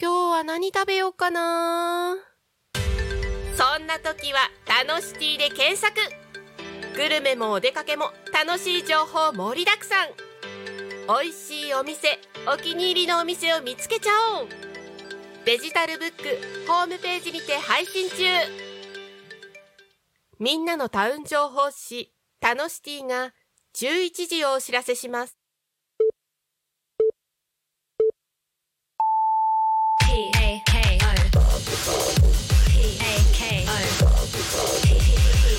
今日は何食べようかなそんな時は「楽しシティ」で検索グルメもお出かけも楽しい情報盛りだくさん美味しいお店お気に入りのお店を見つけちゃおうデジタルブックホームページにて配信中みんなのタウン情報誌「楽しシティ」が11時をお知らせします P A K O. P A K O. P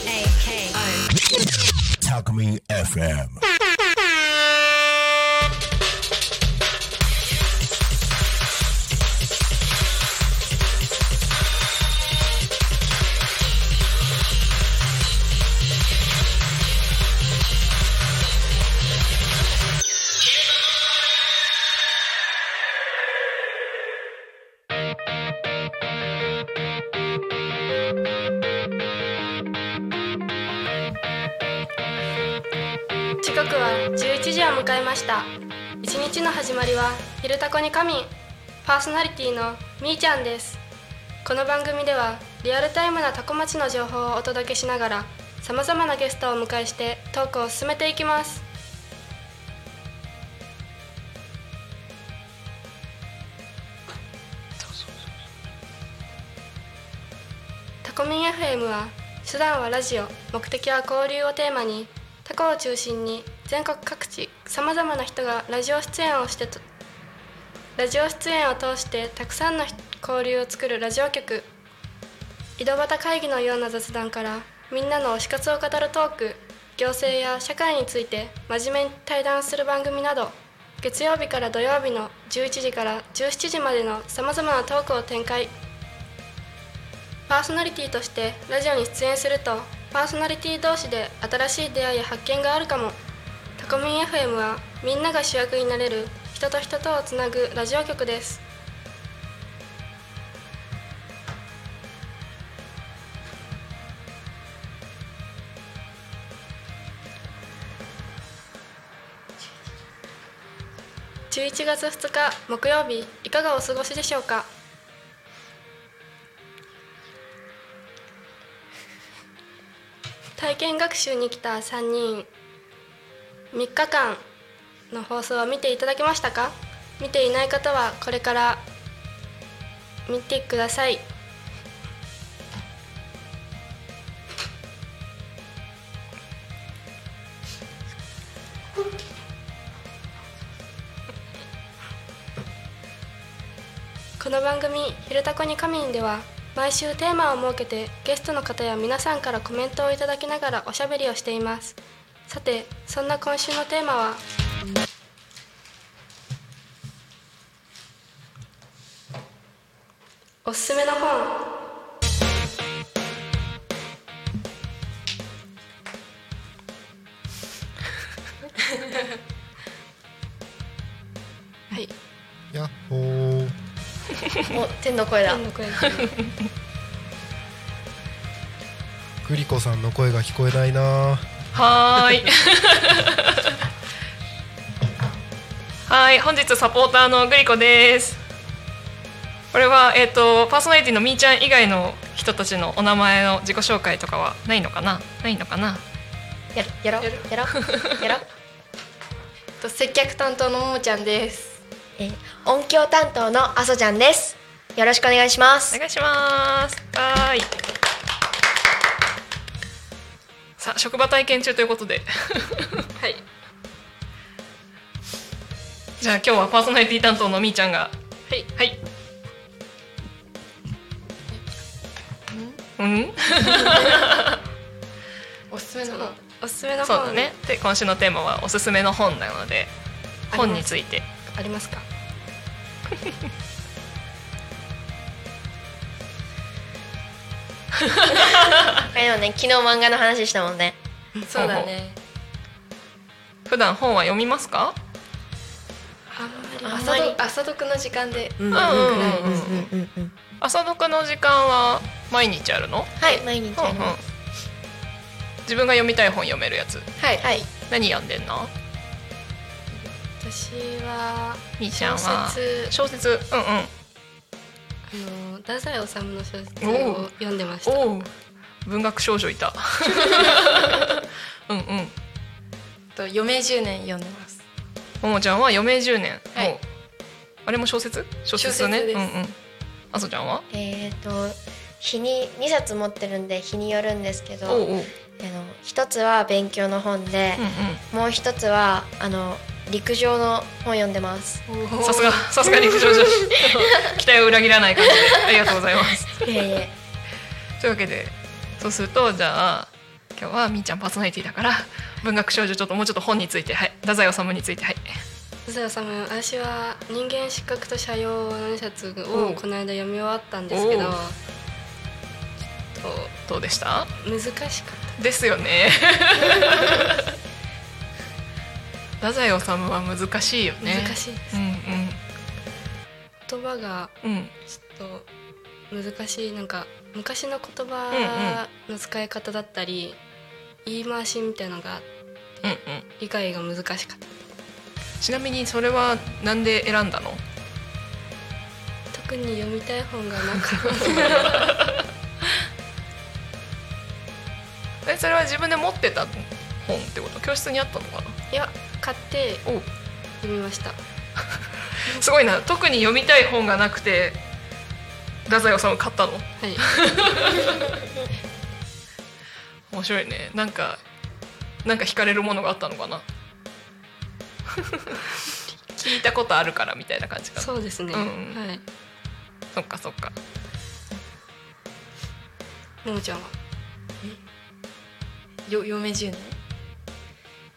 A K O. Talk Me FM. .時刻は11時を迎えました一日の始まりは「昼タコに仮眠」パーソナリティのみーちゃんですこの番組ではリアルタイムなタコ町の情報をお届けしながらさまざまなゲストをお迎えしてトークを進めていきますタコミン FM は手段はラジオ目的は交流をテーマにタコを中心に全国各地さまざまな人がラジオ出演をしてとラジオ出演を通してたくさんの人交流を作るラジオ局井戸端会議のような雑談からみんなの推し活を語るトーク行政や社会について真面目に対談する番組など月曜日から土曜日の11時から17時までのさまざまなトークを展開パーソナリティとしてラジオに出演するとパーソナリティ同士で新しい出会いや発見があるかもタコミン FM はみんなが主役になれる人と人とをつなぐラジオ局です11月2日木曜日いかがお過ごしでしょうか体験学習に来た3人3日間の放送を見ていただけましたか見ていない方はこれから見てくださいこの番組「ひるたこに仮眠」では毎週テーマを設けてゲストの方や皆さんからコメントをいただきながらおしゃべりをしていますさてそんな今週のテーマはおすすめの本はいやっほーお天の声だ天の声グリコさんの声が聞こえないなはーいはい本日サポーターのグリコですこれは、えっとパーソナリティのみーちゃん以外の人たちのお名前の自己紹介とかはないのかなないのかなやるやろやろ やろやろと接客担当のももちゃんです。えー音響担当のあそちゃんですよろしくお願いしますお願いしますはーいさあ職場体験中ということではい。じゃあ今日はパーソナリティ担当のみーちゃんがはい。はい。うん、 おすすめの本。おすすめのそう本だね。で、今週のテーマはおすすめの本なので、本について。ありますかあれだよね昨日漫画の話したもんねそうだね。普段本は読みますか？あんあん朝まりど朝読の時間で。うんうんうん。うんうん朝読の時間は毎日あるの？はい毎日うんうあんります。自分が読みたい本読めるやつ。はい。はい何読んでんの？私はみーちゃん小は説小説。うんうん。あの太宰治の小説おをう読んでましたおお文学少女いたうんうんと余命10年読んでますももちゃんは余命10年、はいもうあれも小説小説よね小説ですうんうんあそちゃんはえっ、と日に2冊持ってるんで日によるんですけどおうおううんあうんの一つは勉強の本で、もう一つはあの陸上の本読んでます。さすがさすが陸上女子期待を裏切らない感じでありがとうございますいえいえというわけでそうするとじゃあ今日はみーちゃんパーソナリティだから文学少女ちょっともうちょっと本についてはい太宰治についてはい太宰治私は「人間失格と斜陽」の2冊おをうこの間読み終わったんですけどおうどうでした難しかったです よね太宰治は難しいよね難しいです、言葉がうんうんうんちょっと難しいなんか昔の言葉の使い方だったり、言い回しみたいなのがうんうん理解が難しかったちなみにそれはなんで選んだの特に読みたい本がなかったえそれは自分で持ってた本ってこと教室にあったのか ないや買っておう読みましたすごいな特に読みたい本がなくて太宰治買ったのはい面白いねなんかなんか惹かれるものがあった のかな聞いたことあるからみたいな感じかなそうですね、うんはいそっかそっかももちゃんはよ余命10年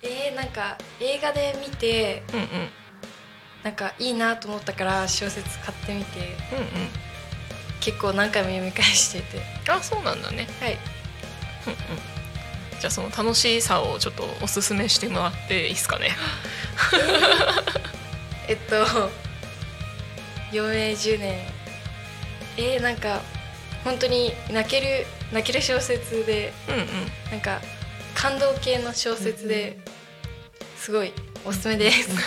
えー、なんか映画で見てうんうんなんかいいなと思ったから小説買ってみてうん結構何回も読み返しててうんあそうなんだねはいうんうんじゃあその楽しさをちょっとおすすめしてもらっていいです かねえっと余命10年えー、なんか本当に泣ける泣ける小説でうんうんなんか感動系の小説ですごいおすすめです。そう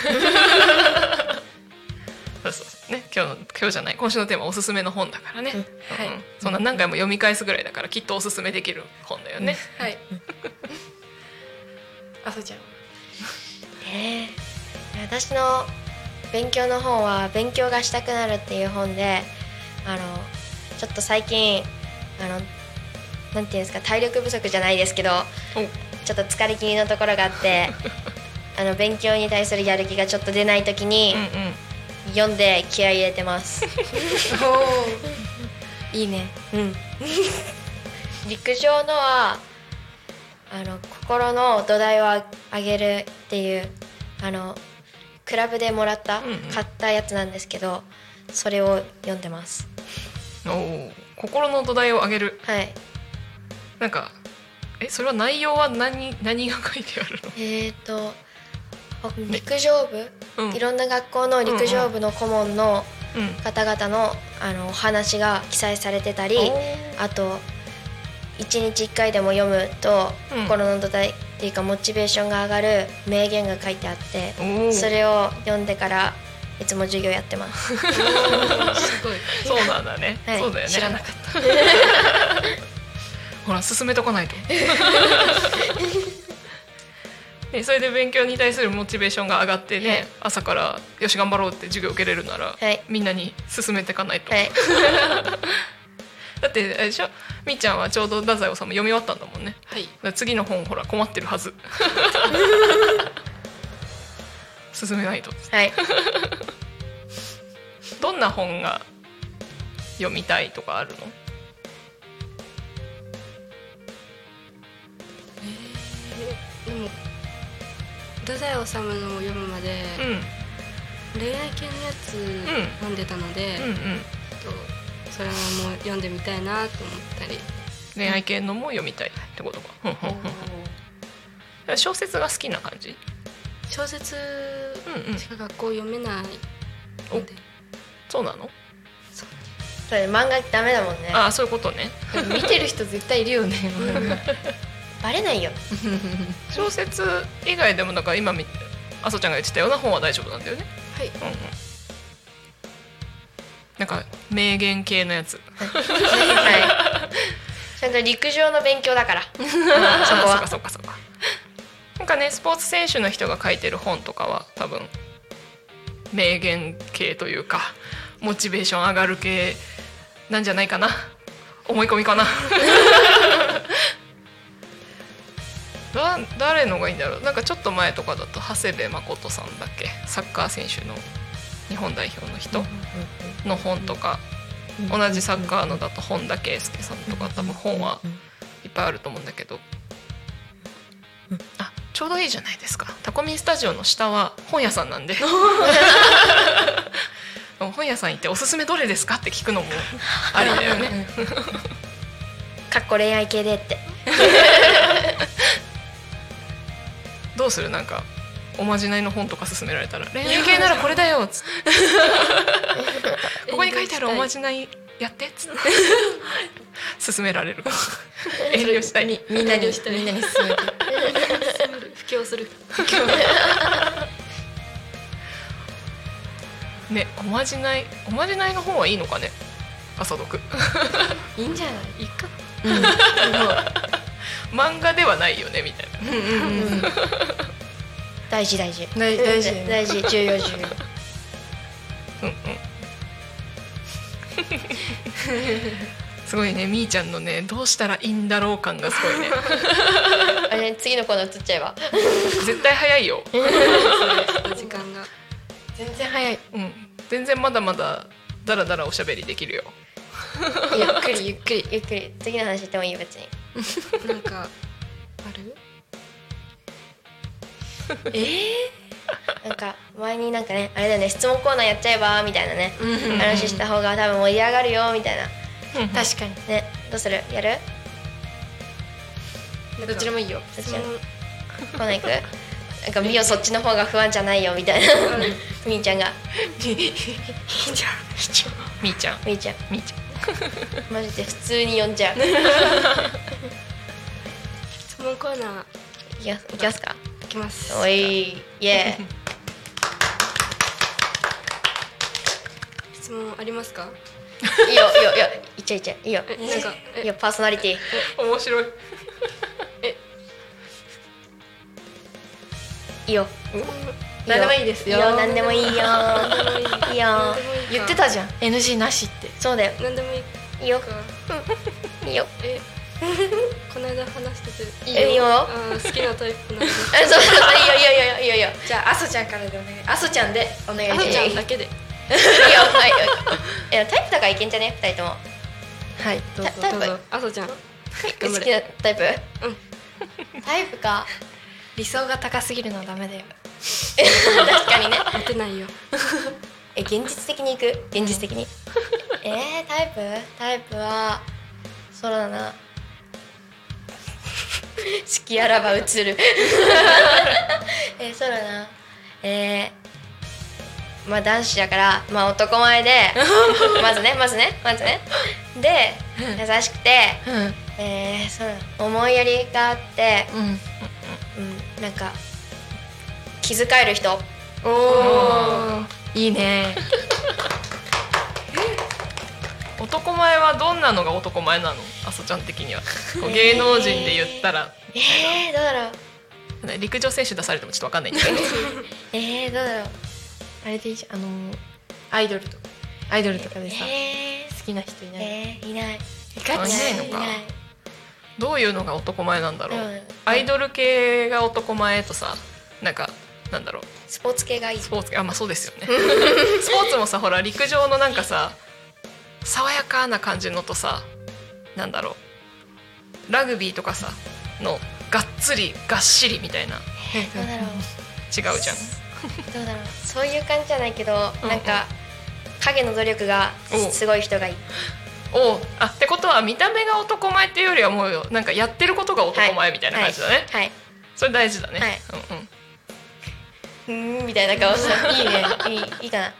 そうそうね今日の今日じゃない今週のテーマはおすすめの本だからね、うんうんはいそんな何回も読み返すぐらいだからきっとおすすめできる本だよね、 はい。あそうちゃん。えー私の勉強の本は「勉強がしたくなる」っていう本であのちょっと最近あのなんていうんですか体力不足じゃないですけどおちょっと疲れ気味のところがあってあの勉強に対するやる気がちょっと出ない時にうんうん読んで気合い入れてます。いいね。 うん、陸上のはあの心の土台を上げるっていうあのクラブでもらった、うんうん買ったやつなんですけどそれを読んでますおー心の土台を上げるはいなんかえそれは内容は何何が書いてあるえっ、とほ陸上部、の、うん、いろんな学校の陸上部の顧問のうん方々のあのお話が記載されてたり、あと1日1回でも読むと、うん心の土台っていうかモチベーションが上がる名言が書いてあっておーそれを読んでからいつも授業やってます。すごいそうなんだね、はいそうだよね知らなかった ほら進めとかな いとねそれで勉強に対するモチベーションが上がってね、はい朝からよし頑張ろうって授業受けれるなら、はいみんなに進めていかないと、はい、だってあれでしょみーちゃんはちょうど太宰治も読み終わったんだもんねはいだから次の本ほら困ってる はず進めないとはい、どんな本が読みたいとかあるのでも太宰治のを読むまで、うんうん恋愛系のやつ読んでたので、うんとそれも読んでみたいなと思ったり恋愛系のも読みたいってことかふんふんふんふん小説が好きな感じ小説うんうんしか学校読めないので、そうなのそれ漫画ダメだもんねああそういうことね見てる人絶対いるよね。バレないよ小説以外でもだから今みあそちゃんが言ってたような本は大丈夫なんだよねはいうんうんなんか名言系のやつはい、ちゃんと陸上の勉強だからそこあはそうかそうかそうかなんかねスポーツ選手の人が書いてる本とかは多分名言系というかモチベーション上がる系なんじゃないかな思い込みかなだ誰のがいいんだろうなんかちょっと前とかだと長谷部誠さんだっけサッカー選手の日本代表の人の本とか同じサッカーのだと本田圭佑さんとか多分本はいっぱいあると思うんだけどあちょうどいいじゃないですかタコミンスタジオの下は本屋さんなん ででも本屋さん行っておすすめどれですかって聞 くのもありだよねかっこ恋愛系でってどうするなんかおまじないの本とか勧められたら恋愛系ならこれだよっ つってここに書いてあるおまじないやってっつ って勧められるかも遠慮したいみんなに みんなに勧めて 布教するねおまじないおまじないの本はいいのかね朝 読いいんじゃないいいか漫画ではないよねみたいな大事大事大大事だよね大事重要重要すごいねみーちゃんのねどうしたらいいんだろう感がすごいね あれ次のコーナー移っちゃえば絶対早いよ、 時間が全然早いうん、全然まだまだだらだらおしゃべりできる よ ゆっくりゆっくりゆっくり次の話してもいいよ別になんかあるなんか前になんかねあれだよね質問コーナーやっちゃえばみたいなね話した方が多分盛り上がるよみたいな確かにねどうするやるどっちでもいいよどっちやるコーナー行くなんかみよそっちの方が不安じゃないよみたいなみーちゃんがみーちゃんみーちゃんみーちゃんマジで普通に呼んじゃう質問コーナいーきますいきますかいきますおいイエーイ質問ありますかいいよいいよいいよいっちゃいっちゃいいよえなんかいいえよパーソナリティ面白いいいよ何でもいいですよいいよ何でもいいよいいよ言ってたじゃん NG なしってそうだよ何でもいいいいよかいいよえ この間話してていいよあー好きなタイプなんであ そうそうそういいよいいよいいよいいよいいよじゃああそちゃんからでお願いあそちゃんでお願いしまあのすちゃんだけでいいよはいいやタイプだからいけんじゃね二人ともはいどうぞタイプどうぞあそちゃん好頑張きれなタイプ タイプか理想が高すぎるのはダメだよ確かにね当てないよえ現実的にいく現実的にえー、タイプタイプはそうだな好きあらば映 るえー、そうだなえー、まあ男子だからまあ男前で まずねまずねまずねで優しくて、えー、そうだな思いやりがあって、うんうん、なんか気遣える人おおいいね男前はどんなのが男前なのあそちゃん的にはこう芸能人で言ったら、えー、どうだろうね陸上選手出されてもちょっとわかんないん だけどえー、どうだろうあれでいいじゃんあのーアイドルとかアイドルとかでさ、え好きな人いー、ない、えー、いないガチいないのかどういうのが男前なんだろう、うんアイドル系が男前とさなんかなんだろうスポーツ系がいいスポーツあまあそうですよね スポーツもさほら陸上のなんかさ爽やかな感じのとさなんだろうラグビーとかさのがっつりがっしりみたいなどうだろう違うじゃんどうだろうそういう感じじゃないけど、うんなんか影の努力がおすごい人がいいおうあってことは見た目が男前っていうよりはもうなんかやってることが男前みたいな感じだね、はい、それ大事だね、はいうんうん、うーんみたいな顔したいいねいいいいかな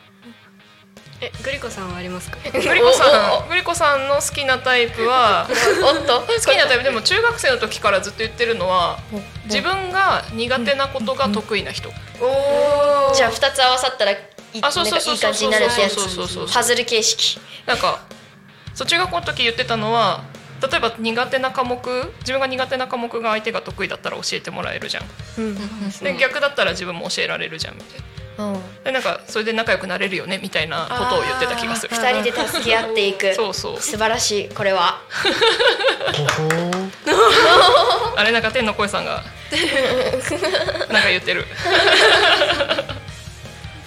えグリコさんはありますかグリコさんグリコさんの好きなタイプはおっと好きなタイプでも中学生の時からずっと言ってるのは自分が苦手なことが得意な人おおじゃあ二つ合わさったらいいあそうそうそうなそうんかいい感じになるってやつそうそうそうそうパズル形式なんかそう中学校の時言ってたのは例えば苦手な科目自分が苦手な科目が相手が得意だったら教えてもらえるじゃん、で逆だったら自分も教えられるじゃんみたいなうんでなんかそれで仲良くなれるよねみたいなことを言ってた気がする二人で助け合っていくそうそう素晴らしいこれはほほーあれなんか天の声さん がなんか言ってる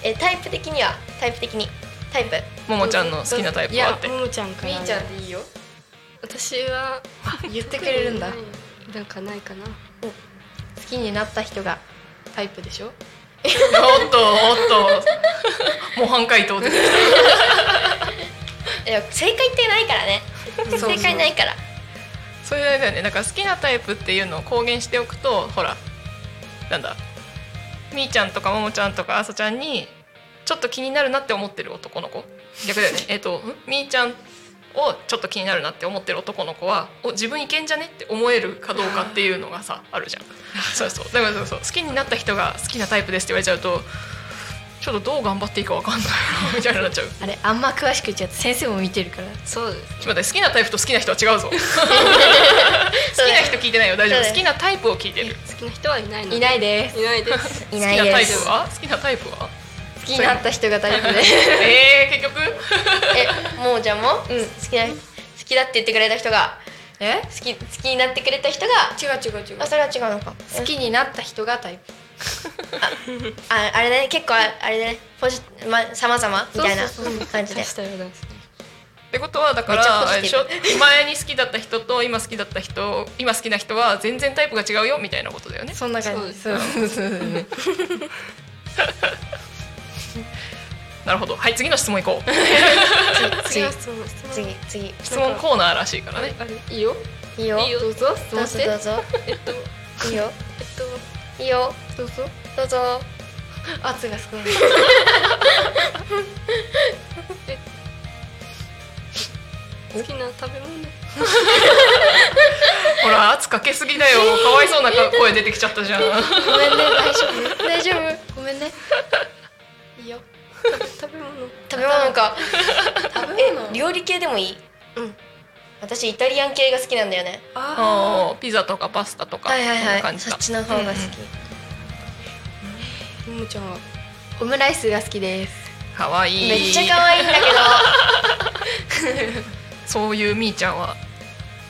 えタイプ的にはタイプ的にタイプももちゃんの好きなタイプいはあやってももちゃんかみなーちゃんでいいよ私は言ってくれるんだな好いなんかないかなきになった人がタイプでしょおっとおっと模範解答出てきいや正解ってないか らね正解ないからたそれだよねなんか好きなタイプっていうのを公言しておくとほらなんだみーちゃんとかももちゃんとかあさちゃんにちょっと気になるなって思ってる男の子逆だよねえっとんみーちゃんをちょっと気になるなって思ってる男の子はお自分いけんじゃねって思えるかどうかっていうのがさあるじゃんそうそうだからそうそう好きになった人が好きなタイプですって言われちゃうとちょっとどう頑張っていいかわかんないなみたいになっちゃうあれあんま詳しく言っちゃうと先生も見てるからそうですちょっと待って好きなタイプと好きな人は違う ぞ好きな人聞いてないよ大丈そうだよ夫好きなタイプを聞いてる好きな人はいないのいないですいないですい好きなないタでイプすは好きなタイプ は好きになった人がタイプで えー、結局えもうじゃんも、うん、好きな好きだって言ってくれた人がえ好き好きになってくれた人が違う違う違うあそれは違うのか好きになった人がタイプああれだね結構ああれだねポジま様々みたいな感じでしたよねってことはだかめっちゃらポあジティれでしブょ前に好きだった人と今好きだった人今好きな人は全然タイプが違うよみたいなことだよねそんな感じそうそうそうそうなるほどはい次の質問 いこう次の質問質問次次質問コーナーらしいからねあれいいよいいよいいよどうぞどうぞどうぞえっとえっいいよといいよどうぞどうぞ圧が 少ない好きな食べ物ほら圧かけすぎだよかわいそうな 声出てきちゃったじゃんごめんね大丈夫大丈夫ごめんねいいよ食べ食べ物食べ物か食べ物え料理系でもいいうん私イタリアン系が好きなんだよねあーピザとかパスタとかはいはいこんなは感いじそかっちの方が好きももちゃんはオムライスが好きですかわいいめっちゃ可愛いんだけど そういうみーちゃんは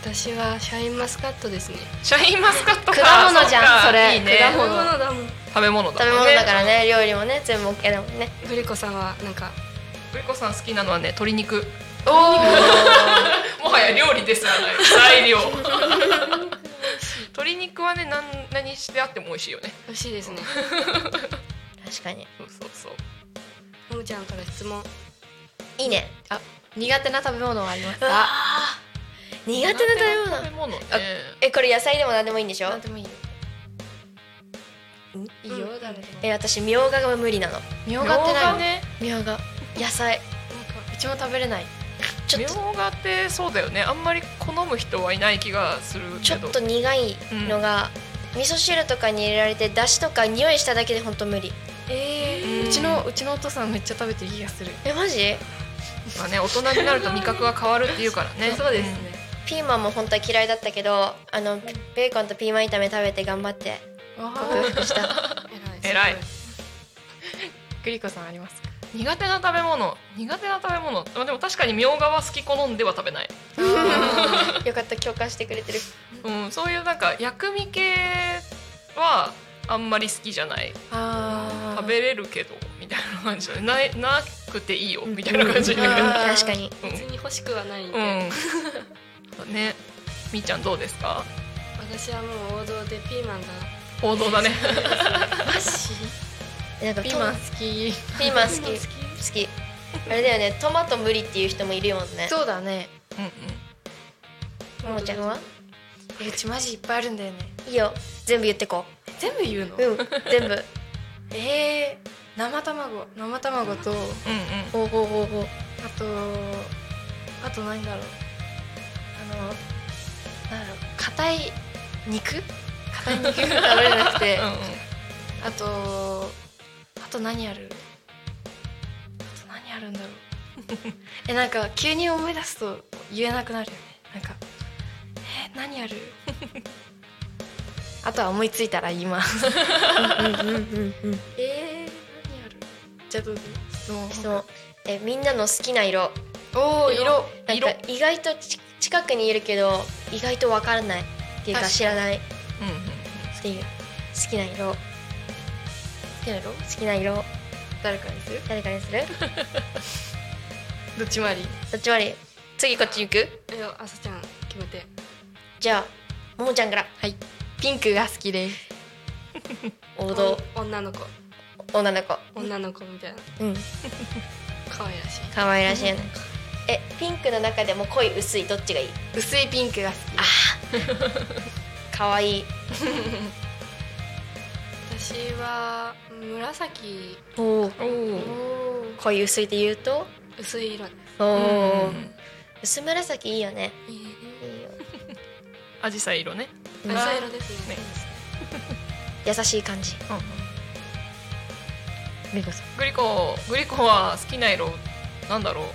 私はシャインマスカットですねシャインマスカットか果物じゃんっかそれいいね果食べ物物だもん食べ物だ食べ物だからね料理もね全部 OK だもんねグリコさんはなんかぶりこさん好きなのはね鶏肉おお もはや料理ですらない材料 鶏肉はねなん何してあっても美味しいよね美味しいですね 確かにそうそうそうももちゃんから質問いいね苦手な食べ物はありますか苦手な食べ苦手な物食べ物ねえこれ野菜でも何でもいいんでしょなんでもいいよいいよ誰でもえ私みょうがが無理なのみょみょううがってが何ねみょうが野菜うちも食べれないちょみっとょうがってそうだよねあんまり好む人はいない気がするちけょっどと苦いのが、味噌汁とかに入れられてだしとか匂いしただけで本当無理えーうちのうちのお父さんめっちゃ食べてる気がするえマジまあね大人になると味覚が変わるっていうからねそうですねピーマンも本当は嫌いだったけどあのベーコンとピーマン炒め食べて頑張って克服したえらいグリコさんありますか苦手な食べ物苦手な食べ物まあでも確かにみょうがは好き好んでは食べないよかった共感してくれてるうん、そういうなんか薬味系はあんまり好きじゃないあ食べれるけどみたいな感じ だねないなくていいよみたいな感じだけどうん確かにうん別に欲しくはないんで、うんそうねみーちゃんどうですか私はもう王道でピーマンが報道だねマジなんかピーマント好きマピーマン好きピーマン好きあれだよねトマト無理っていう人もいるもんねそうだねうんうんももちゃんはえうちマジいっぱいあるんだよねいいよ全部言ってこえ全部言うのううん全部えー生卵生卵とうんほうほうほうほうあとあと何だろうあのなんだろう硬い肉硬 い肉が食べれなくてうんうんあとあと何あるえなんか急に思い出すと言えなくなるよねなんかえ何やるあとは思いついたら言いますえー、何やるじゃあどうぞの質問えみんなの好きな色おお色なんか意外とち近くにいるけど意外と分からないっていう確かかに知らないっうんうんていう好きな色好きな色好きな色誰からにする誰からにするどっちもありどっちまり次こっち行くえよ朝ちゃん決めてじゃあももちゃんからはいピンクが好きです王道お女の子女の子女の子みたいなうん可愛らしい可愛らしいねえピンクの中でも濃い薄いどっちがいい薄いピンクが好き可愛い私は紫おおー濃い薄いで言うと薄い色おうおん薄紫いいよねいいいいよ紫陽花色ね薄い色ですねね優しい感じうんうんめこさんグリコグリコは好きな色なんだろう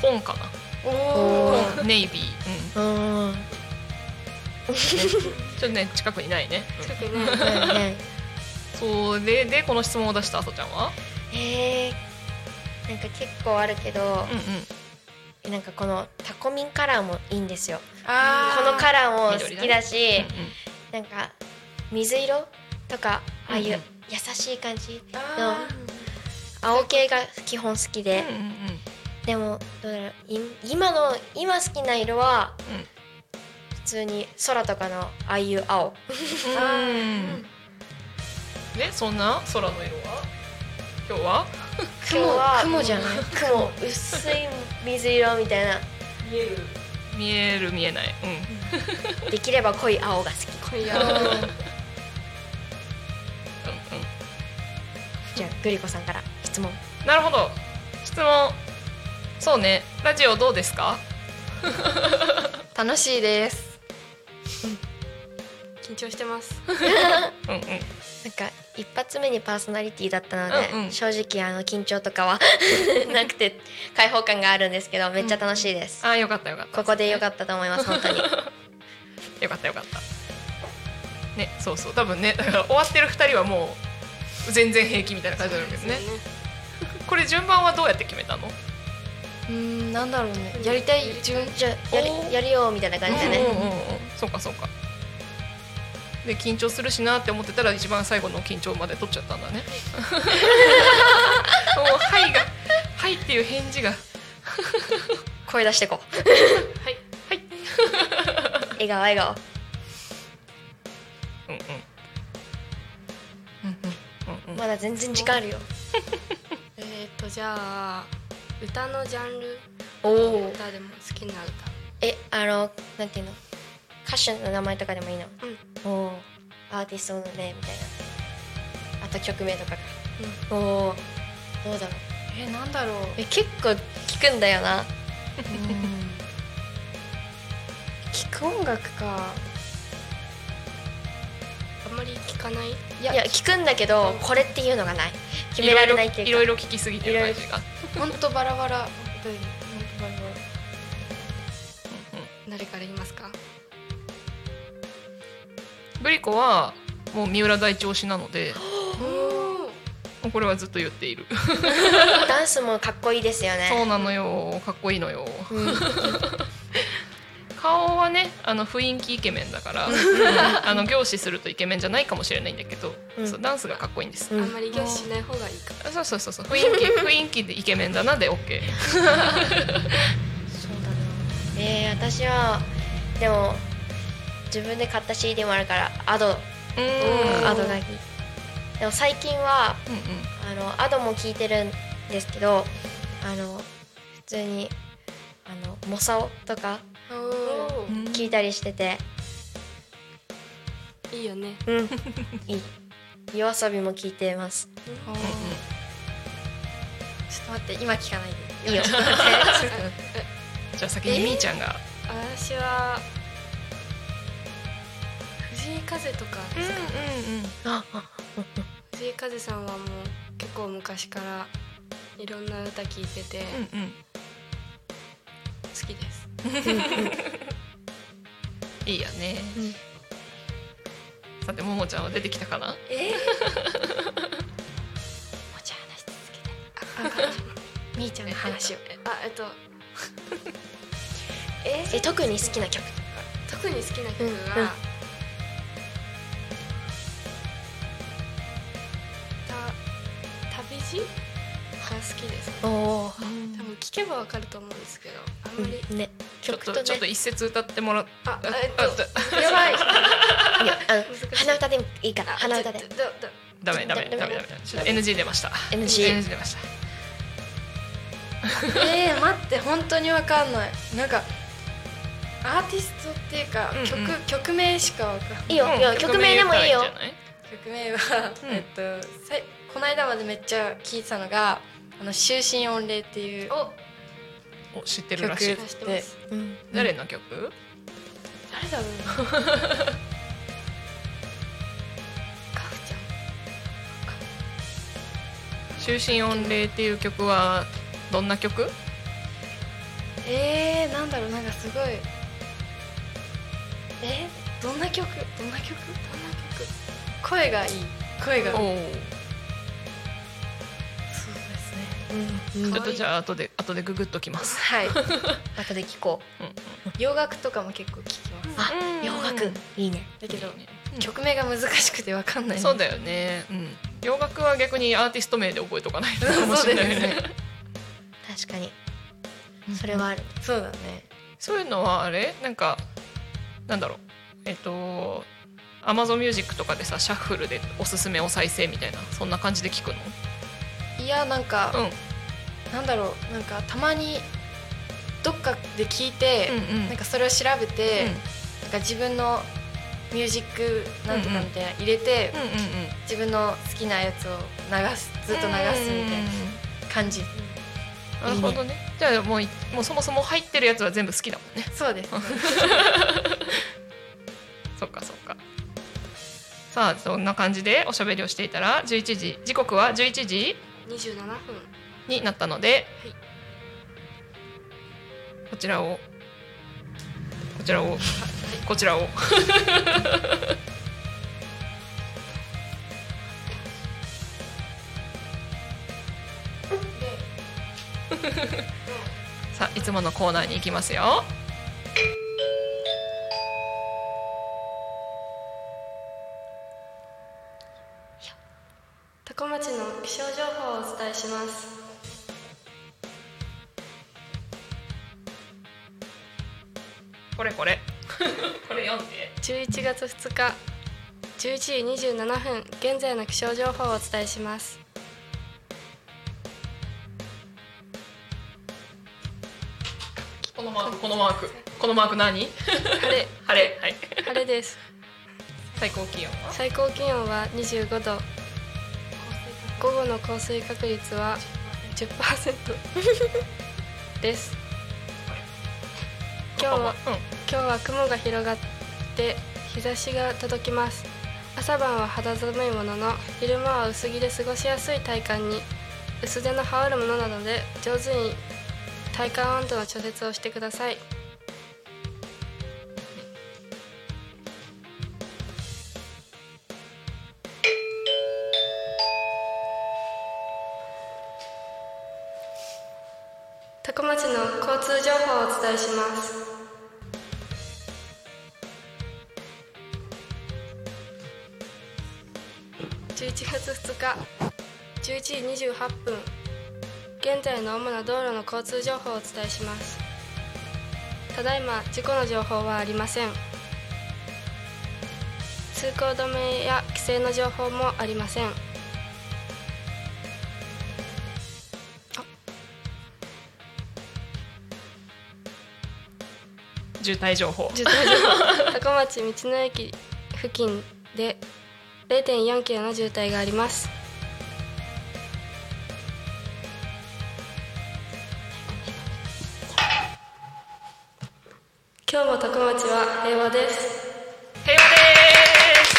紺かなおおおー紺ネイビーうんうんちょっとね近くにないね、特にねはいはいうんそれでこの質問を出したあさちゃんはえー、なんか結構あるけどうんうんなんかこのタコミンカラーもいいんですよあこのカラーも好きだうしんうんなんか水色とかああいううんう優んしい感じのあ青系が基本好きでうんうんうんでもどうだろうい今の今好きな色はうん普通に空とかのああいう青うんでそんな空の色は今日は今日は雲じゃない雲 薄い水色みたいな見える見えないできれば濃い青が好き濃い青うんうんうじゃあグリコさんから質問んなるほど質問そうねラジオどうですかー楽しいです緊張してますうんうんなんか一発目にパーソナリティだったので、うんうん正直あの緊張とかはなくて開放感があるんですけどめっちゃ楽しいです、あーよかったよかったここでよかったと思います本当によかったよかったねそうそう多分ねだから終わってる2人はもう全然平気みたいな感じになるんですねこれ順番はどうやって決めたのうーんなんだろうねやりたい順じゃあやおーりやるよみたいな感じでね、うんうんうんうんそうかそうかで緊張するしなって思ってたら一番最後の緊張まで取っちゃったんだね もう「はい」が「はい」っていう返事が声出してこうはいはい笑顔笑顔うんうんうんうんうんまだ全然時間あるよえーっとじゃあ歌のジャンルおお歌でも好きなえあのなんていうの歌手の名前とかでもいいの、おおーアーティストのねみたいなあと曲名とかが、おおーどうだろうえなんだろうえ結構聞くんだよな聞く音楽か歌あんまり聞かないいやいや聞くんだけどこれっていうのがない決められないっていうかいろいろ聞きすぎてる感じが本当バラバラ。バラバラ。誰から言いますかグリコはもう三浦大知推しなのでおもうこれはずっと言っているダンスもかっこいいですよそうねなのよかっこいいのようん顔はねあの雰囲気イケメンだからあの凝視するとイケメンじゃないかもしれないんだけど、うんそうダンスがかっこいいんです、うんあんまり凝視しない方がいいかそうそうそうそう雰囲 気雰囲気でイケメンだなで OK そうだなえー、私はでも自分で買った CD もあるからアドうアドんがいいでも最近はうんあのアドも聞いてるんですけどあの普通にあのモサオとかおうんうん聞いたりしてていいよねうんいい夜遊びも聞いてます ちょっと待って、今聞かないいいよじゃあ先にみーちゃんが、私は藤井風とかですか、うんうんうんあ藤井風さんはもう結構昔からいろんな歌聞いててうんうん好きです。いいよね、さてももちゃんは出てきたかなもちゃ話し続けて。みーちゃんの話をあ、えっ と。え特に好きな曲特に好きな曲は、うんうんた旅路が好きですおお多分聴けばわかると思うんですけどあんまり、ねちょっ曲ととちょっとね一節歌ってもらっああえっあとやばいいやあの難しい鼻歌でもいいからあ鼻歌でちょちょどどダメダメダメダメちょっと NG 出ました NG NG 出ましたえー、待って本当にわかんないなんかアーティストっていうか、うんうん曲曲名しかわかんないいいよいいよ曲名でもいいようん曲名曲名は、うんえっとさいこの間までめっちゃ聴いてたのが「あの終身御礼」っていうおお知ってる曲らしいで出してますうん誰の曲誰だろうなカフちゃん「終身御礼」っていう曲はどんな曲えー、なんだろうなんかすごいえー、どんな曲どんな曲どんな曲声がいい声がおそうおですねうんちょっとじゃあ後で後でググっときますはい後で聞こ洋楽とかも結構聴きますあう洋楽いいねだけどうん曲名が難しくてわかんないそうだよねうん洋楽は逆にアーティスト名で覚えとかないとかもしれないよそうだよね確かにそれはあるそうだねそういうのはあれなんかなんだろうえっと Amazon Music とかでさシャッフルでおすすめを再生みたいなそんな感じで聞くのいやなんか、うんなんだろうなんかたまにどっかで聞いて、うんうんなんかそれを調べて、なんか自分のミュージックなんとかみたいな入れて、うんうんうん自分の好きなやつを流すずっと流すみたいな感じ、なるほどねじゃあもういもうそもそも入ってるやつは全部好きだもんねそうです、そっかそっかさあそんな感じでおしゃべりをしていたら11時時刻は11時二十七分になったので、はいこちらをこちらをこちらをさあいつものコーナーに行きますよ多古町の気象情報をお伝えしますこれこれこれ読んで11月2日11時27分現在の気象情報をお伝えしますこのマークこのマークこのマーク何晴れ晴れはい晴れです最高気温は最高気温は25度午後の降水確率は10%です今日はうん今日は雲が広がって日差しが届きます朝晩は肌寒いものの昼間は薄着で過ごしやすい体感に薄手の羽織るものなどで上手に体感温度の調節をしてください多古町の交通情報をお伝えします11月2日11時28分現在の主な道路の交通情報をお伝えしますただいま事故の情報はありません通行止めや規制の情報もありませんあ渋滞情報渋滞情報 多古町道の駅付近で0.4キロの渋滞があります今日も多古町は平和です平和です。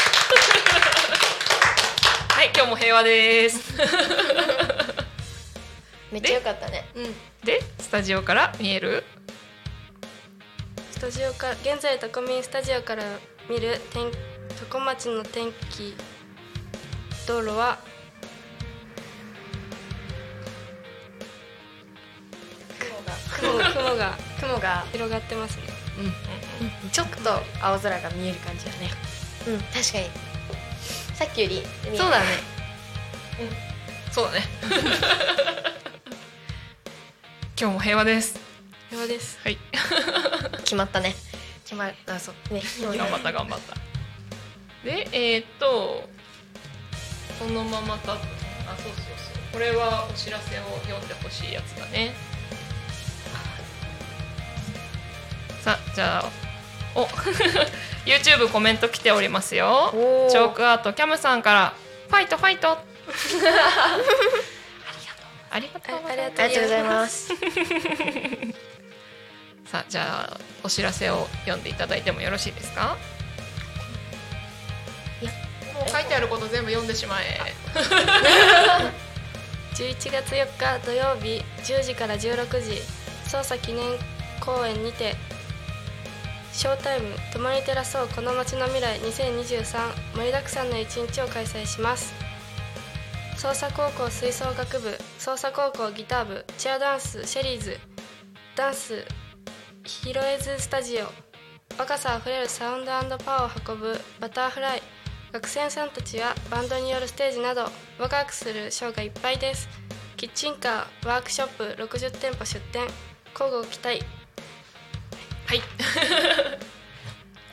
はい、今日も平和です。めっちゃ良かったねうんでスタジオから見えるスタジオか現在タコミンスタジオから見る天タコ町の天気道路は雲が雲が雲が広がってますねちょっと青空が見える感じだねうん確かにさっきより海そうだねそうだね 今日も平和です平和ですはい決まったね決まあそうね頑張った頑張ったでえー、っとそのままたあそうそうそうこれはお知らせを読んでほしいやつだねさあじゃあお YouTube コメント来ておりますよおーチョークアートキャムさんから「ファイトファイト」ありがとうあありがとうございますありがとうございますさあじゃあお知らせを読んでいただいてもよろしいですかいやもう書いてあること全部読んでしまえ11月4日土曜日10時から16時捜査記念公演にてショータイム共に照らそうこの街の未来2023盛りだくさんの一日を開催します捜査高校吹奏楽部捜査高校ギター部チアダンスシェリーズダンスヒロエズスタジオ若さあふれるサウンドパワーを運ぶバターフライ学生さんたちはバンドによるステージなどワクワクするショーがいっぱいですキッチンカーワークショップ60店舗出店交互期待 はい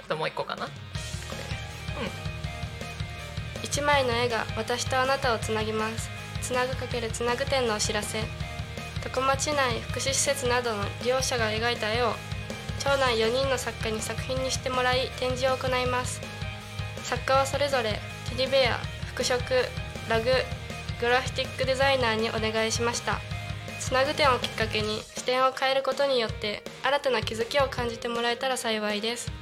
あともう一個かな一枚の絵が私とあなたをつなぎますつなぐかけるつなぐ展のお知らせ床町内福祉施設などの利用者が描いた絵を町内4人の作家に作品にしてもらい展示を行います作家はそれぞれテディベア服飾ラググラフィティックデザイナーにお願いしましたつなぐ点をきっかけに視点を変えることによって新たな気づきを感じてもらえたら幸いです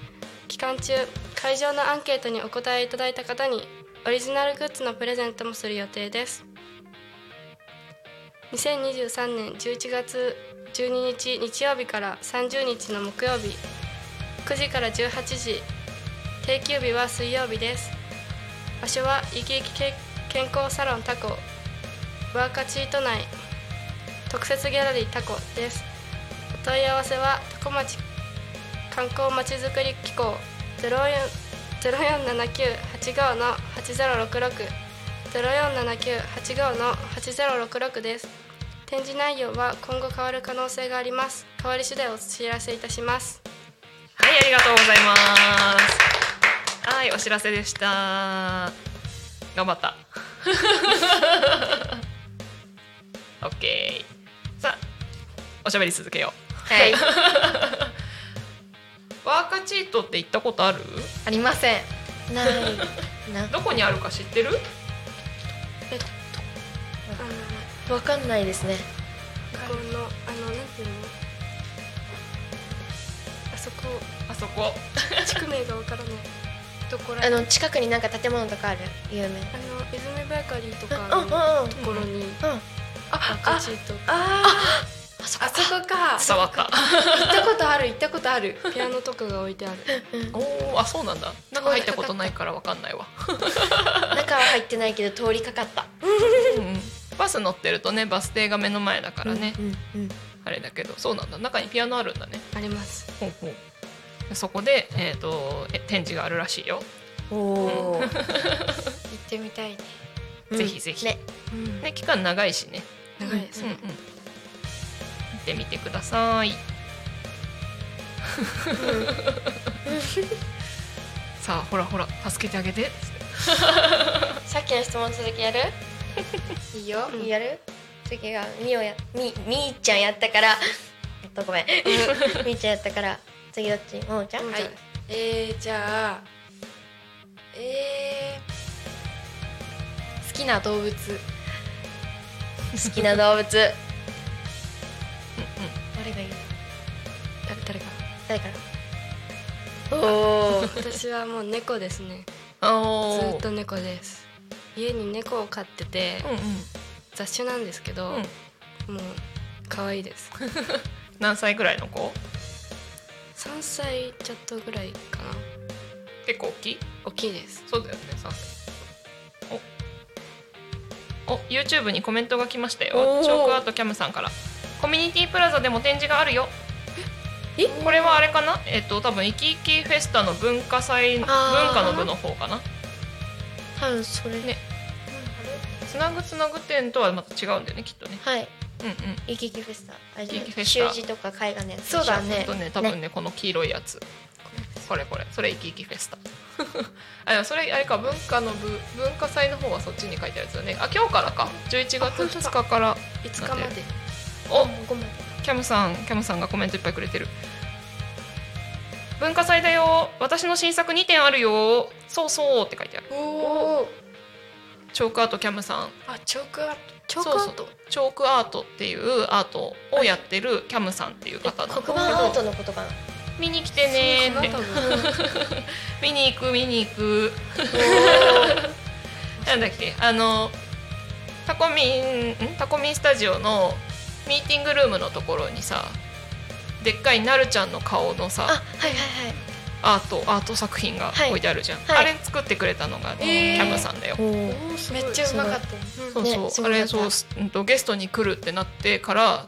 期間中会場のアンケートにお答えいただいた方にオリジナルグッズのプレゼントもする予定です2023年11月12日日曜日から30日の木曜日9時から18時定休日は水曜日です場所は生き生きけ健康サロンタコワーカチート内特設ギャラリータコですお問い合わせはタコ町観光まちづくり機構047985の8066 047985の8066です展示内容は今後変わる可能性があります変わり次第お知らせいたしますはいありがとうございますはいお知らせでした頑張った OK さあおしゃべり続けよはいワーカチートって行ったことあるありませんないなどこにあるか知ってるわかんないですね学校のあのなんていうのあそこあそこ地区名がわからないどこらああのの近くになんか建物とかある有名泉バーカリーとかうんうんうんのところにうんワーカチートあそこか伝わった行ったことある行ったことあるピアノとかが置いてあるおおあそうなんだ中入ったことないからわかんないわ中は入ってないけど通りかかったうんうんバス乗ってるとねバス停が目の前だからね、うんうんあれだけどそうなんだ中にピアノあるんだねありますほうほうでそこで、えー、とえ展示があるらしいよ、おお行ってみたいねぜひぜひ、ねね、期間長いしね、長いですうんうん、行ってみてくださ いさあほらほら助けてあげてさっきの質問続きやるいいよやる次がみおやみみーちゃんやったからえっとごめん みーちゃんやったから次どっちももちゃんうんはいえー、じゃあえー、好きな動物好きな動物誰がいい誰誰が誰からおお私はもう猫ですねずおっと猫です家に猫を飼っててうんうん雑種なんですけど、うんもう可愛いです何歳ぐらいの子3歳ちょっとぐらいかな結構大きい大きいですそうだよね3歳おお YouTube にコメントが来ましたよおーチョークアートキャムさんからコミュニティプラザでも展示があるよえこれはあれかなえっと多分イキイキフェスタの文化祭文あー化の部の方かな多分それねつなぐつなぐ展とはまた違うんだよねきっとねはいうんうんイキイキフェスタあれイキイキフェスタ習字とか絵画のやつそうだね。でしょとね、多分ねこの黄色いやつ。これこれ、それイキイキフェスタ。 あ、でもそれあれか文化の部文化祭の方はそっちに書いてあるやつだね。あ、今日からか。11月2日から。 5日までお、ごめんキャムさん、キャムさんがコメントいっぱいくれてる。文化祭だよ。私の新作2点あるよ。そうそうって書いてある。おおチョークアートキャムさん。あチョークアートチョークアートそうそうチョークアートっていうアートをやってるキャムさんっていう方なんだけど黒板アートのことかな見に来てねーって。そうかな多分見に行く見に行くなんだっけあのタコミンんタコミンスタジオのミーティングルームのところにさでっかいなるちゃんの顔のさあはいはアートアート作品がはい置いてあるじゃん、はいあれ作ってくれたのが、えーキャムさんだよ、いはいめっちゃうまかったそうねそう、すごあいれそう、すうんと、ゲストに来るってなってから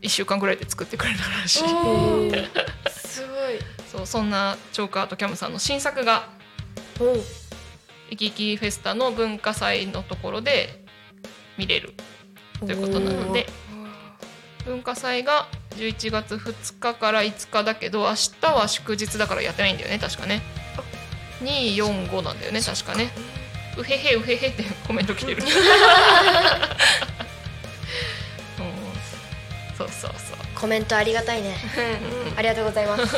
1週間ぐらいで作ってくれたらしいおーすごいそうそんなチョーカーとキャムさんの新作がイキイキフェスタの文化祭のところで見れるということなので文化祭が11月2日から5日だけど明日は祝日だからやってないんだよね確かね245なんだよね確かねうへへうへへってコメント来てるうんそうそうそうコメントありがたいねありがとうございます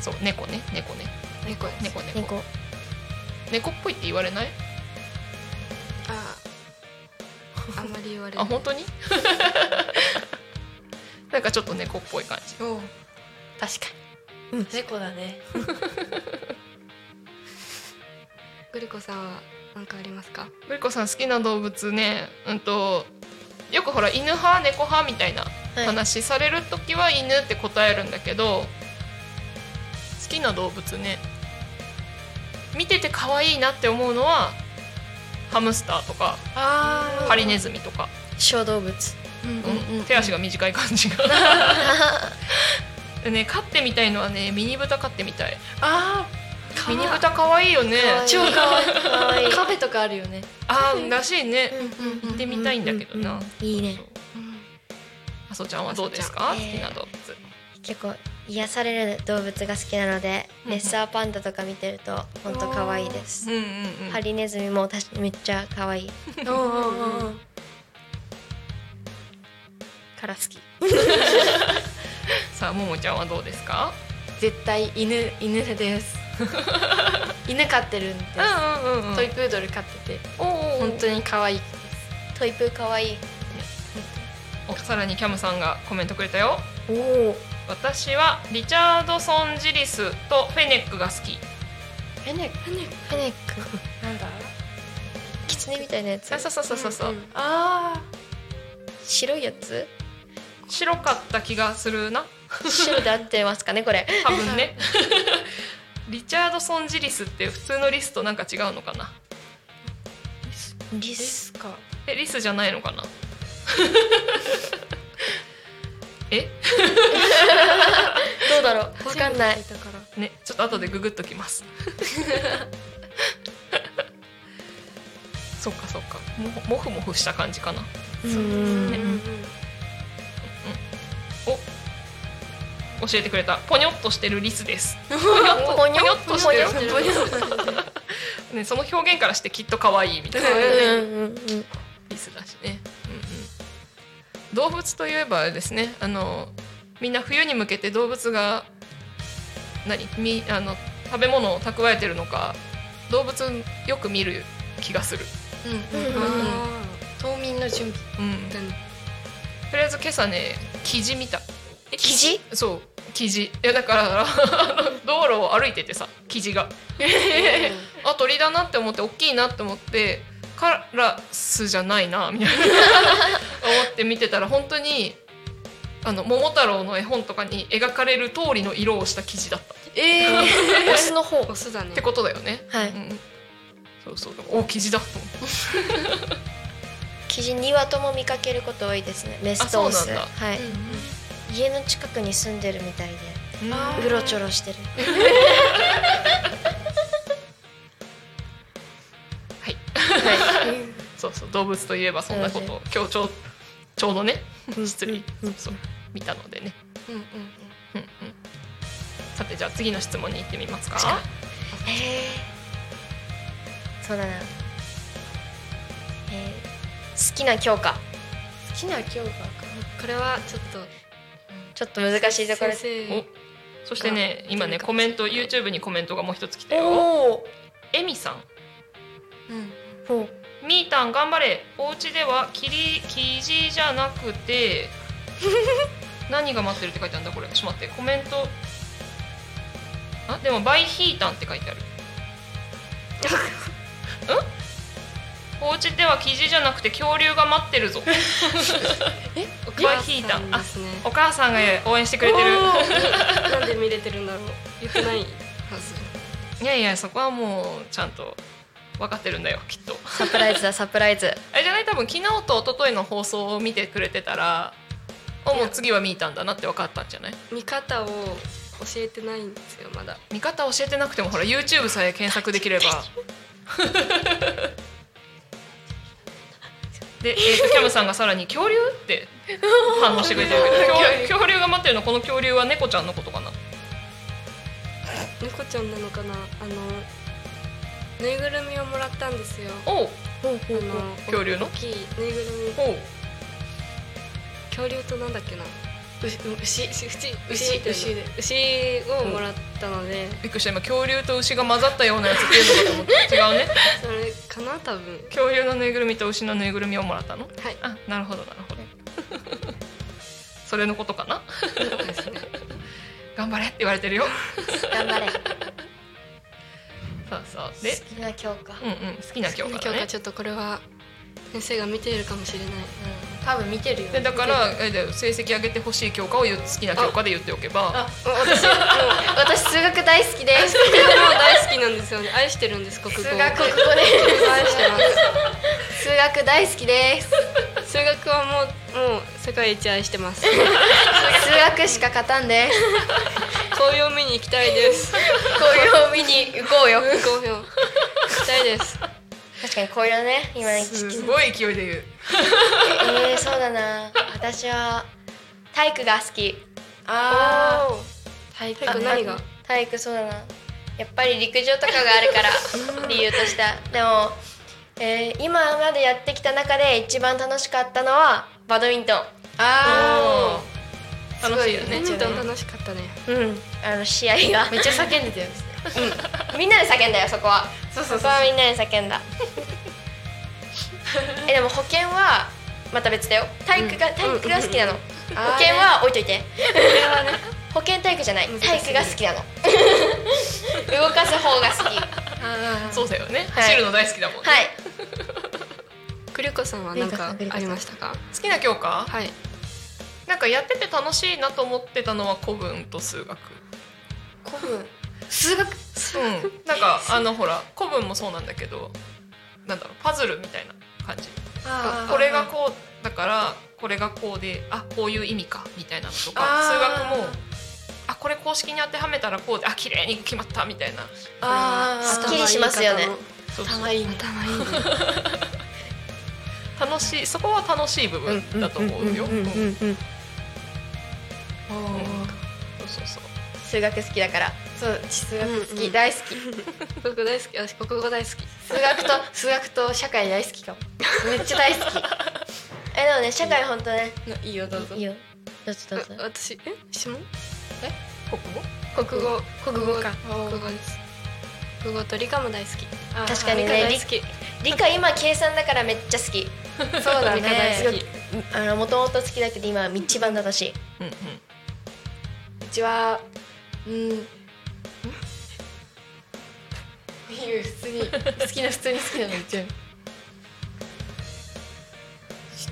そう猫ね猫ね猫猫 猫猫猫っぽいって言われないああんまり言われないあ本当に なんかちょっと猫っぽい感じおう確か猫だねグリコさんは何かありますかにぶりこさん好きな動物ねうんとよくほら犬派猫派みたいなはい話される時は犬って答えるんだけど好きな動物ね見てて可愛いなって思うのはハムスターとかあハリネズミとか、小動物うん手足が短い感じ がでね飼ってみたいのはねミニ豚飼ってみたいあミニ豚可愛いよね超可愛い可愛いカフェとかあるよねあーらしいねうん行ってみたいんだけどなうんいいねあそちゃんはどうですかあ好そちゃんきな動物結構癒される動物が好きなのでうんレッサーパンダとか見てると本当可愛いですうんうんうんハリネズミも確かめっちゃ可愛いから好きさあももちゃんはどうですか絶対犬犬です犬飼ってるんでうんうんうんすトイプードル飼ってておー本当に可愛いトイプー可愛いおさらにキャムさんがコメントくれたよおお私はリチャードソン・ジリスとフェネックが好きフェネックフェネックなんだキツネみたいなやつあそうそうそうそうそう、あ白いやつ白かった気がするな白で合ってますかねこれ多分ね リチャードソン・ジリスって普通のリスとなんか違うのかなリでスすかえリスじゃないのかな えどうだろうわかんないだからね、ちょっと後でググっときます。 そっかそっか、ももふもふした感じかな。うん教えてくれた、ポニョっとしてるリスです。ポニョポニョっとしてるポニョっとしてるね、その表現からしてきっと可愛いみたいなうんうんうんリスだしね。うんうん、動物といえばあれですね、あの、みんな冬に向けて動物が。何、み、あの、食べ物を蓄えてるのか、動物よく見る気がする。うんうんあー冬眠の準備うん、とりあえず今朝ねキジ見たキジそうキジいやだからあの道路を歩いててさキジがあ鳥だなって思って大きいなって思ってカラスじゃない なみたいな思って見てたら本当にあの桃太郎の絵本とかに描かれる通りの色をした生地だったっええー、オスの方オスだねてことだよね。はういん、そうそうお生地だと思って生地2羽とも見かけること多いですねメスとオあそスうなんだはい、家の近くに住んでるみたいであうろちょろしてるはい、そうそう動物といえばそんなことを今日ちょうちょうどね失礼そうそう見たのでね、うんうんうんうんうん、さてじゃあ次の質問に行ってみますか確かえー、そうだな、えー、好きな教科好きな教科かこれはちょっとちょっと難しいところ先生おそしてね今ねコメント YouTube にコメントがもう一つ来たよおおえみさんうんほうみーたん頑張れお家では切り生地じゃなく て何が待ってるって書いてあるんだこれちょっと待ってコメントあでもバイヒータンって書いてあ るうんお家では生地じゃなくて恐竜が待って るぞお母さんヒーターあですねお母さんが応援してくれてるなんで見れてるんだろう言ってないはずいやいやそこはもうちゃんと分かってるんだよきっとサプライズだサプライズあれじゃない多分昨日と一昨日の放送を見てくれてたらあもう次は見たんだなって分かったんじゃない見方を教えてないんですよまだ見方教えてなくてもほら YouTube さえ検索でき ればで、えーとキャムさんがさらに「恐竜?」って反応してくれてるけど 恐恐竜が待ってるのこの恐竜は猫ちゃんのことかな猫ちゃんなのかなあのぬいぐるみをもらったんですよおうあの恐竜の大きいぬいぐるみおう恐竜となんだっけな牛牛牛牛牛牛で牛をもらったので、びっくりした今恐竜と牛が混ざったようなやつっていうのかと思って違うねそれかな多分恐竜のぬいぐるみと牛のぬいぐるみをもらったのはいあなるほどなるほど それのことかなそうですね頑張れって言われてるよ 頑張れそうそうで好きな教科うんうん好きな教今科日だねかちょっとこれは先生が見ているかもしれない多分見てるよでだからえで成績上げてほしい教科を言う好きな教科で言っておけば私もう私数学大好きで大好きなんですよね愛してるんです国語数学国語で愛してす数学大好きですます数学はもうもう世界一愛して ます数学しか勝たんです紅葉見に行きたいです紅葉を見に行こうよ紅葉行きたいです確かにこういうのね今ねすごい勢いで言うえー、そうだな私は体育が好きあ体育何が体育そうだなやっぱり陸上とかがある から理由としてはでも、えー今までやってきた中で一番楽しかったのはバドミントンあおー楽しいよねちょっと楽しかったねうんあの試合がめっちゃ叫んで たよみんなで叫んだよそこはそうそそうこはみんなで叫んだ えでも保険はまた別だよ体育が、体育が好きなの、保険は置いといて、 保険体育じゃない体育が好きなの 動かす方が好きそうだよねはい走るの大好きだもんねはいクリコさんは何かありましたか好きな教科はいなんかやってて楽しいなと思ってたのは古文と数学古文数学うん、なんかあのほら古文もそうなんだけどなんだろうパズルみたいな感じあーこれがこうだからこれがこうであこういう意味かみたいなのとかあー数学もあこれ公式に当てはめたらこうであ綺麗に決まったみたいなあーすっきりしますよねそうそう頭いいね頭いいね楽しいそこは楽しい部分だと思うよ。うんそうそうそう数学好きだからそう数学好うんうきん大好き国語大好き私国語大好き数学と数学と社会大好きかもめっちゃ大好 えでもね社会本当ねきいいよどうぞいいよどうぞどうぞえ私え質問国語国語国語か国語です国語と理科も大好き確かに理科大ね好き理科今計算だからめっちゃ好きそうだ理科大ね好きあのもともと好きだけど今は一番正しいうんうんうちはうんんいいよ普通に好きな普通に好きなのうちは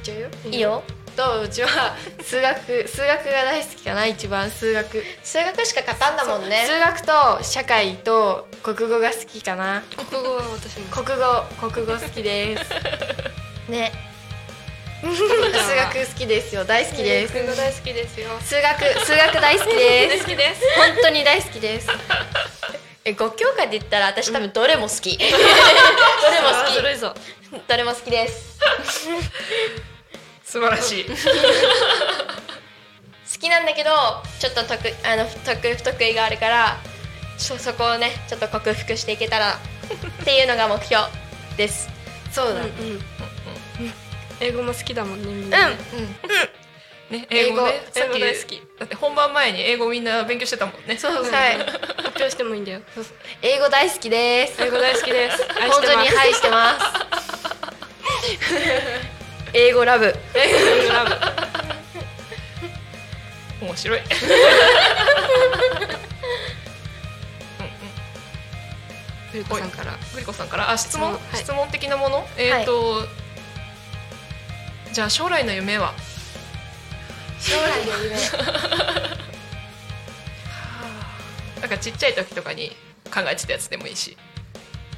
ちゃうよいいよとうちは数学数学が大好きかな一番数学数学しか勝たんだもんね数学と社会と国語が好きかな国語は私も国語国語好きですね数学好きですよ大好きです国語大好きですよ数学数学大好きです好きです本当に大好きです え5教科で言ったら私多分どれも好き どれもあず好るいぞきどれも好きです素晴らしい好きなんだけどちょっと得あの得不得意があるからそそこをねちょっと克服していけたらっていうのが目標ですそうだ、英語も好きだもんねみんうな、んね英語ね英語英語大好きだって本番前に英語みんな勉強してたもんねそうはい発表してもいいんだよ英語大好きです英語大好きです愛し本て当まにす愛してます英語ラブ面白いうんゆりこさんからグリコさんからあ質問、はい質問的なものえっ、と、じゃあ将来の夢は将来の夢なんかちっちゃい時とかに考えてたやつでもいいし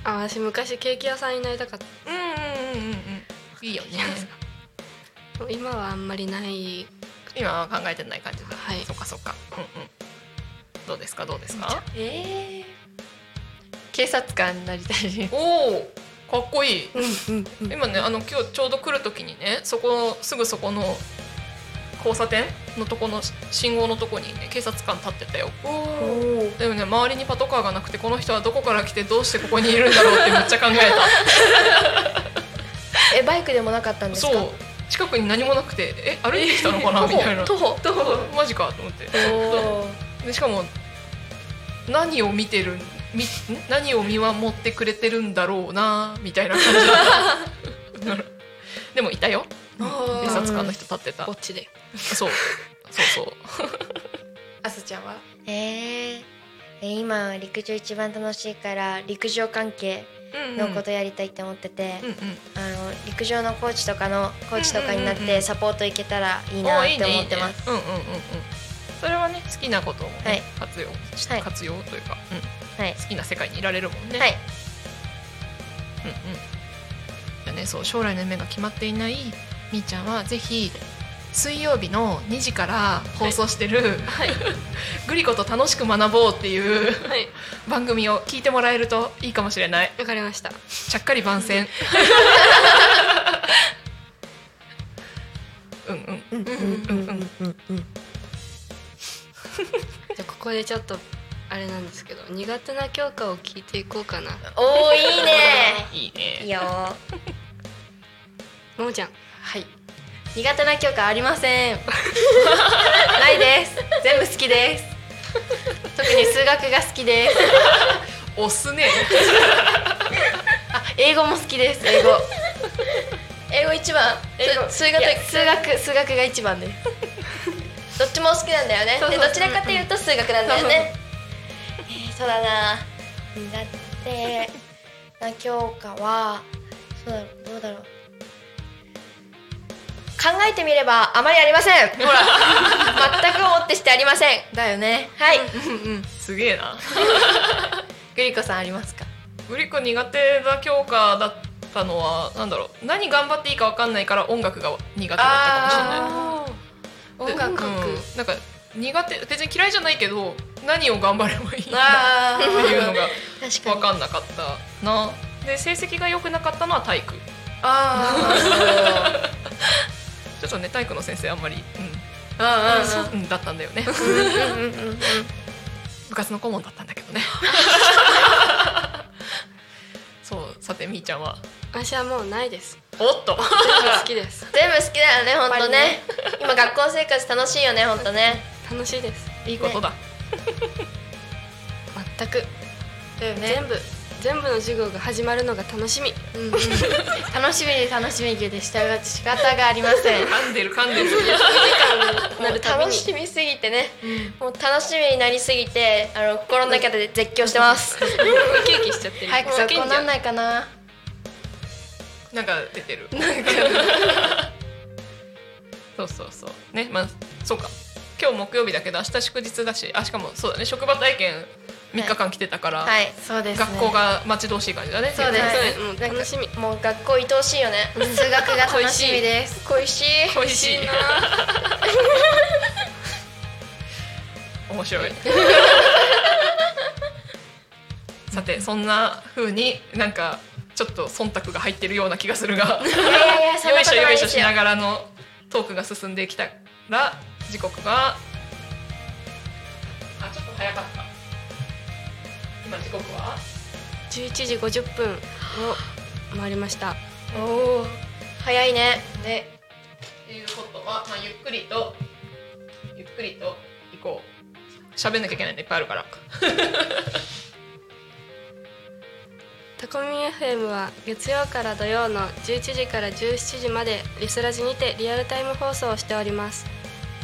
あ私昔ケーキ屋さんになりたかっうんうんうんうんいいよねた今はあんまりない今は考えてない感じだ、はいそっかそっかうんうんどうですかどうですかえー、警察官になりたいですおおかっこいい、今ねあの今日ちょうど来る時にねそこすぐそこの交差点のとこの信号のとこにね警察官立ってたよでもね周りにパトカーがなくてこの人はどこから来てどうしてここにいるんだろうってめっちゃ考え えバイクでもなかったんでたすかそう近くに何もなくてえ歩いてきたのかなみたいな徒歩徒歩マジかと思っておー でしかも何を見てるみん何を見守ってくれてるんだろうなみたいな感じだ ったでもいたよ警察官の人立ってたぼっちでそうそうそうあすちゃんはえーえ今陸上一番楽しいから陸上関係うんのことやりたいって思ってて、うんうんあの陸上のコーチとかのコーチとかになっうんうんうんうてんサポートいけたらいいおなっーいいてねい思いってねます。うんうんうんうんそれはね好きなことをね、はい活用しはい活用というか、うんはい好きな世界にいられるもんね、はい、うんうんじゃあねそう将来の夢が決まっていないみーちゃんはぜひ水曜日の2時から放送してる、 グリコと楽しく学ぼうっていうはい番組を聞いてもらえるといいかもしれないわかりましたちゃっかり番宣うんうんじゃあここでちょっとあれなんですけど苦手な教科を聞いていこうかなおおいいね。いいいいねよ。ももちゃんはい苦手な教科ありませんないです全部好きです特に数学が好きです押すねあ英語も好きです英語英語一番。数学数学数学が一番ですどっちも好きなんだよね。そうそうでどちらかというと数学なんだよね。えー、そうだな。だってな教科はそうだろうどうだろう。考えてみればあまりありません。 ほら全くもってしてありません。だよねはい。すげえなグリコさんありますかグリコ苦手な教科だったのはなんだろう何頑張っていいか分かんないから音楽が苦手だったかもしれないあ音楽うん、なんか苦手別に嫌いじゃないけど何を頑張ればいいんだあっていうのが確か分に。かんなかったなで成績が良くなかったのは体育あちょっとね体育の先生あんまり、うんあうんだったんだよね 部活の顧問だったんだけど ねそうさてみーちゃんは私はもうないですおっ全と部好きです全部好きだよね、本当ね。今学校生活楽しいよね、本当ね。楽しいですいいことだ、全くだよね全部全部の授業が始まるのが楽しみ 楽しみで楽しみでしたが仕方がありません噛んでる噛ん でるもう楽しみすぎてね、もう楽しみになりすぎて、あの心の中で絶叫してます。ウキウキしちゃってる早くそこなんないかななんか出てるそうそうそうねまあそうか今日木曜日だけど明日祝日だしあしかもそうだね職場体験3日間来てたから、はいそうです、ね、学校が待ち遠しい感じだねそうですねもう楽しみもう学校愛おしいよね数学が楽しみです恋しい 恋しい面白いさてそんな風になんかちょっと忖度が入ってるような気がするがいやいやいやそんよないこしょとよないでいしょすしよながらのトークが進んできたら時刻があちょっと早かった今時刻は11時50分を回りましたおお早いねでっていうことは、まあ、ゆっくりとゆっくりと行こう喋んなきゃいけないのいっぱいあるからタコミン FM は月曜から土曜の11時から17時までリスラジにてリアルタイム放送をしております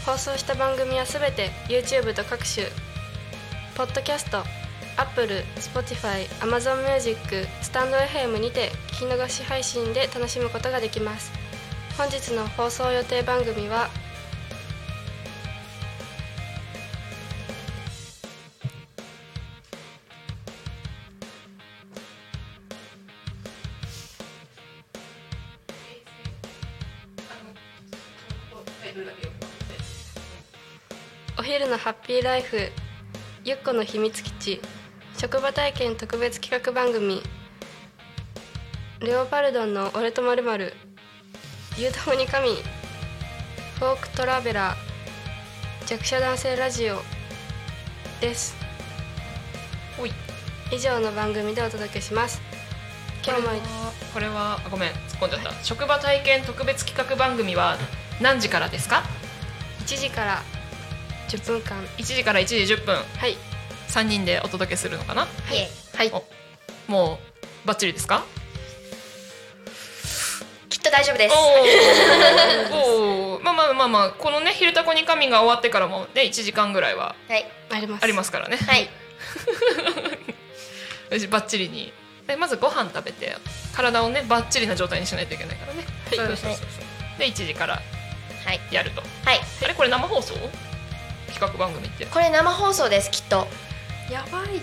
放送した番組はすべて YouTube と各種ポッドキャスト Apple、Spotify、Amazon Music、スタンド FM にて聞き逃し配信で楽しむことができます本日の放送予定番組はお昼のハッピーライフゆっこの秘密基地職場体験特別企画番組レオパルドンの俺とまるまるゆうたほに神フォークトラベラー弱者男性ラジオですほい以上の番組でお届けします今日もこれはあごめん突っ込んじゃった、職場体験特別企画番組は何時からですか1時から10分間1時から1時10分はい3人でお届けするのかなはいはいもうバッチリですかきっと大丈夫です おーおーまあまあまあまあこのね「昼タコに神」が終わってからもね1時間ぐらいははいありますありますからねはい私バッチリにでまずご飯食べて体をねバッチリな状態にしないといけないからね、そうそうそうそうで1時からはいやるとはいあれこれ生放送企画番組ってこれ生放送ですきっとやばい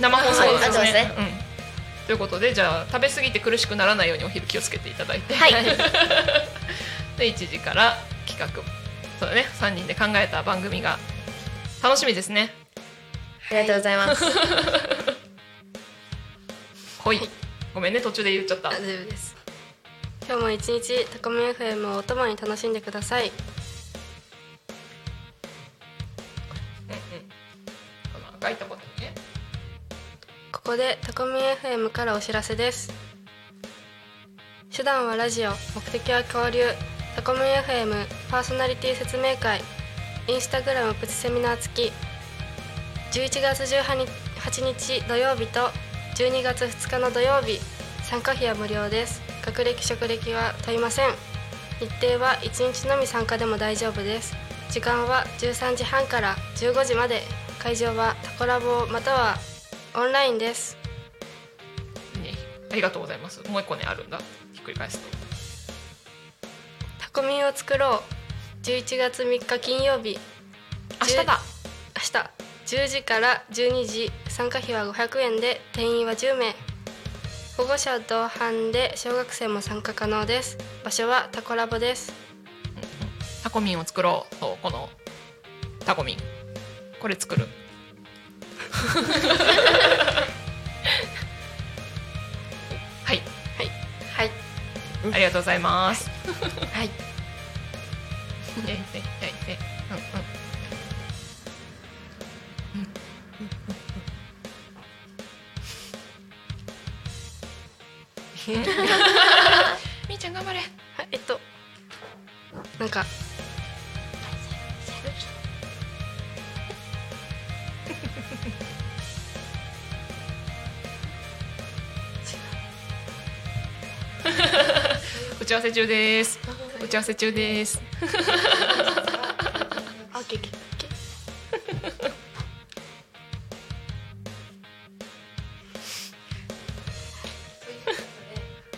生放送なんはいあそうですねうん、ということでじゃあ食べ過ぎて苦しくならないようにお昼気をつけていただいて、はい で1時から企画そうだね3人で考えた番組が楽しみですねありがとうございますほいごめんね途中で言っちゃった大丈夫です今日も一日タコミ FM をお供に楽しんでくださいこの赤いところにねここでタコミ FM からお知らせです手段はラジオ目的は交流タコミ FM パーソナリティ説明会インスタグラムプチセミナー付き11月18日土曜日と12月2日の土曜日参加費は無料です学歴職歴は問いません日程は1日のみ参加でも大丈夫です時間は13時半から15時まで会場はタコラボまたはオンラインですねありがとうございますもう一個ねあるんだひっくり返すとタコミンを作ろう11月3日金曜日明日だ明日10時から12時参加費は500円で定員は10名保護者同伴で小学生も参加可能です場所はタコラボですタコミンを作ろうそうこのタコミンこれ作る ははいいありがとうございますはいえええええうんうんみーちゃん頑張れはいえっとなんか打ち合わせ中です打ち合わせ 中ですあけけけ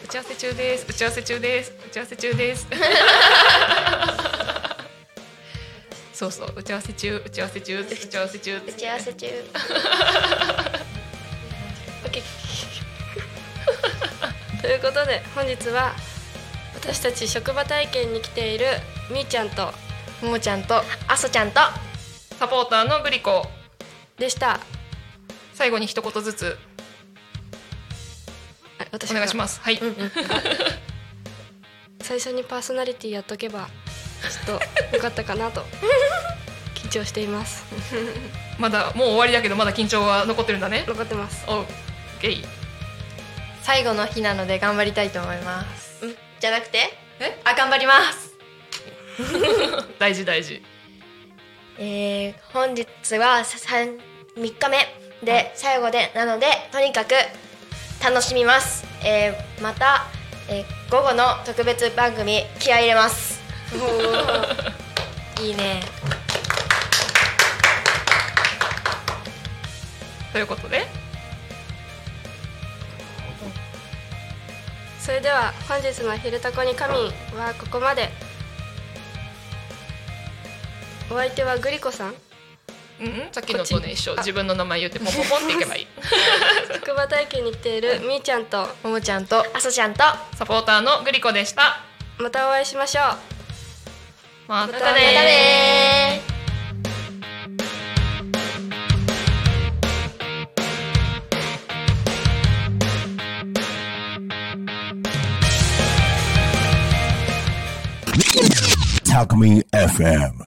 打ち合わせ中です打ち合わせ中です打ち合わせ中ですそうそう打ち合わせ中打ち合わせ中打ち合わせ中打ち合わせ中 ということで本日は私たち職場体験に来ているみーちゃんとももちゃんとあそちゃんとサポーターのグリコでした最後に一言ずつあ私お願いしますはい、す最初にパーソナリティやっとけばちょっとよかったかなと緊張していますまだもう終わりだけどまだ緊張は残ってるんだね残ってますおうゲイ最後の日なので頑張りたいと思いますんじゃなくてえあ頑張ります大事大事えー、本日はささん三日目で最後でなのでとにかく楽しみます、えー、また、えー、午後の特別番組気合い入れます いいねということでそれでは本日の「昼タコに仮眠」はここまでお相手はグリコさんうんさっきのとね一緒自分の名前言ってポンポンポンっていけばいい職場体験に来ているみーちゃんとももちゃんとあそちゃんとサポーターのグリコでしたまたお会いしましょうまたねまたねー Talk Me FM.